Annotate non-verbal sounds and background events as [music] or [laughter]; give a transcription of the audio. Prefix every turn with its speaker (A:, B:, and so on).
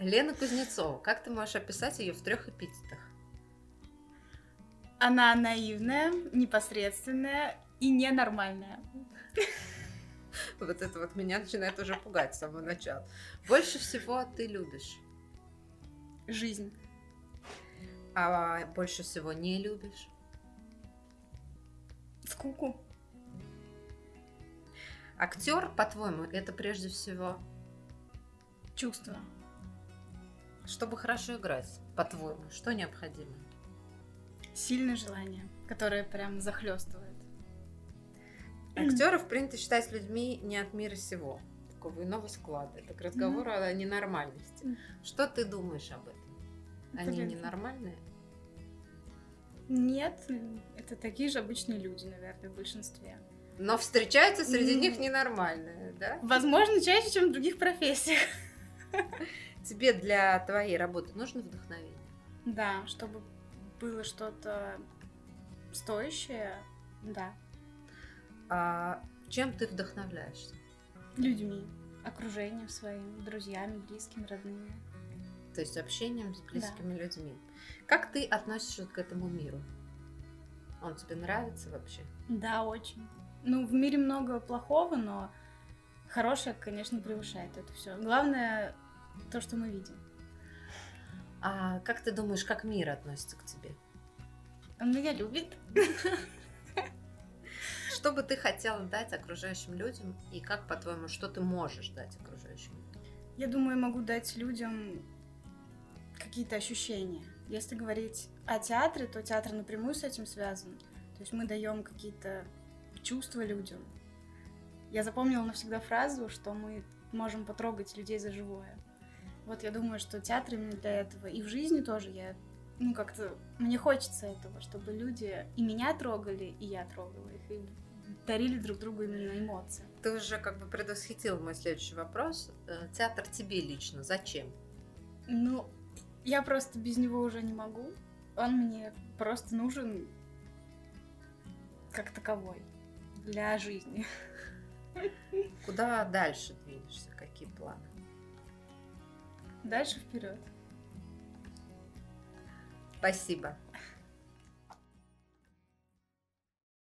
A: Лена Кузнецова, как ты можешь описать ее в трех эпитетах?
B: Она наивная, непосредственная и ненормальная.
A: Вот это вот меня начинает уже пугать с самого начала. Больше всего ты любишь,
B: Жизнь.
A: а больше всего не любишь.
B: Скуку.
A: Актер, по-твоему, это прежде всего,
B: Чувства.
A: чтобы хорошо играть, по-твоему, что необходимо?
B: Сильное желание, которое прям захлестывает.
A: Актеров принято считать людьми не от мира сего, такого иного склада. Это к разговору о ненормальности.
B: Мгм.
A: Что ты думаешь об этом? Они
B: Блин.
A: ненормальные?
B: Нет, это такие же обычные люди, наверное, в большинстве.
A: Но встречаются среди
B: М.
A: них ненормальные, да?
B: Возможно, чаще, чем в других профессиях.
A: Тебе для твоей работы нужно вдохновение?
B: Да, чтобы было что-то стоящее, да,
A: А чем ты вдохновляешься?
B: людьми, окружением своим, друзьями, близкими, родными.
A: То есть общением с близкими людьми. Как ты относишься к этому миру? Он тебе нравится вообще?
B: Да, очень. Ну, в мире много плохого, но хорошее, конечно, превышает это все. Главное то, что мы видим.
A: А как ты думаешь, как мир относится к тебе?
B: Он меня любит.
A: Что бы ты хотела дать окружающим людям и как, по-твоему, что ты можешь дать окружающим людям?
B: Я думаю, я могу дать людям какие-то ощущения. Если говорить о театре, то театр напрямую с этим связан. То есть мы даем какие-то чувства людям. Я запомнила навсегда фразу, что мы можем потрогать людей за живое. Вот я думаю, что театр именно для этого. И в жизни тоже я, ну как-то, мне хочется этого, чтобы люди и меня трогали, и я трогала их, и дарили друг другу именно эмоции.
A: Ты уже как бы предвосхитил мой следующий вопрос. Э, Театр тебе лично зачем?
B: Ну, я просто без него уже не могу. Он мне просто нужен как таковой для жизни. [laughs]
A: Куда дальше двинешься? Какие планы?
B: Дальше вперед.
A: Спасибо.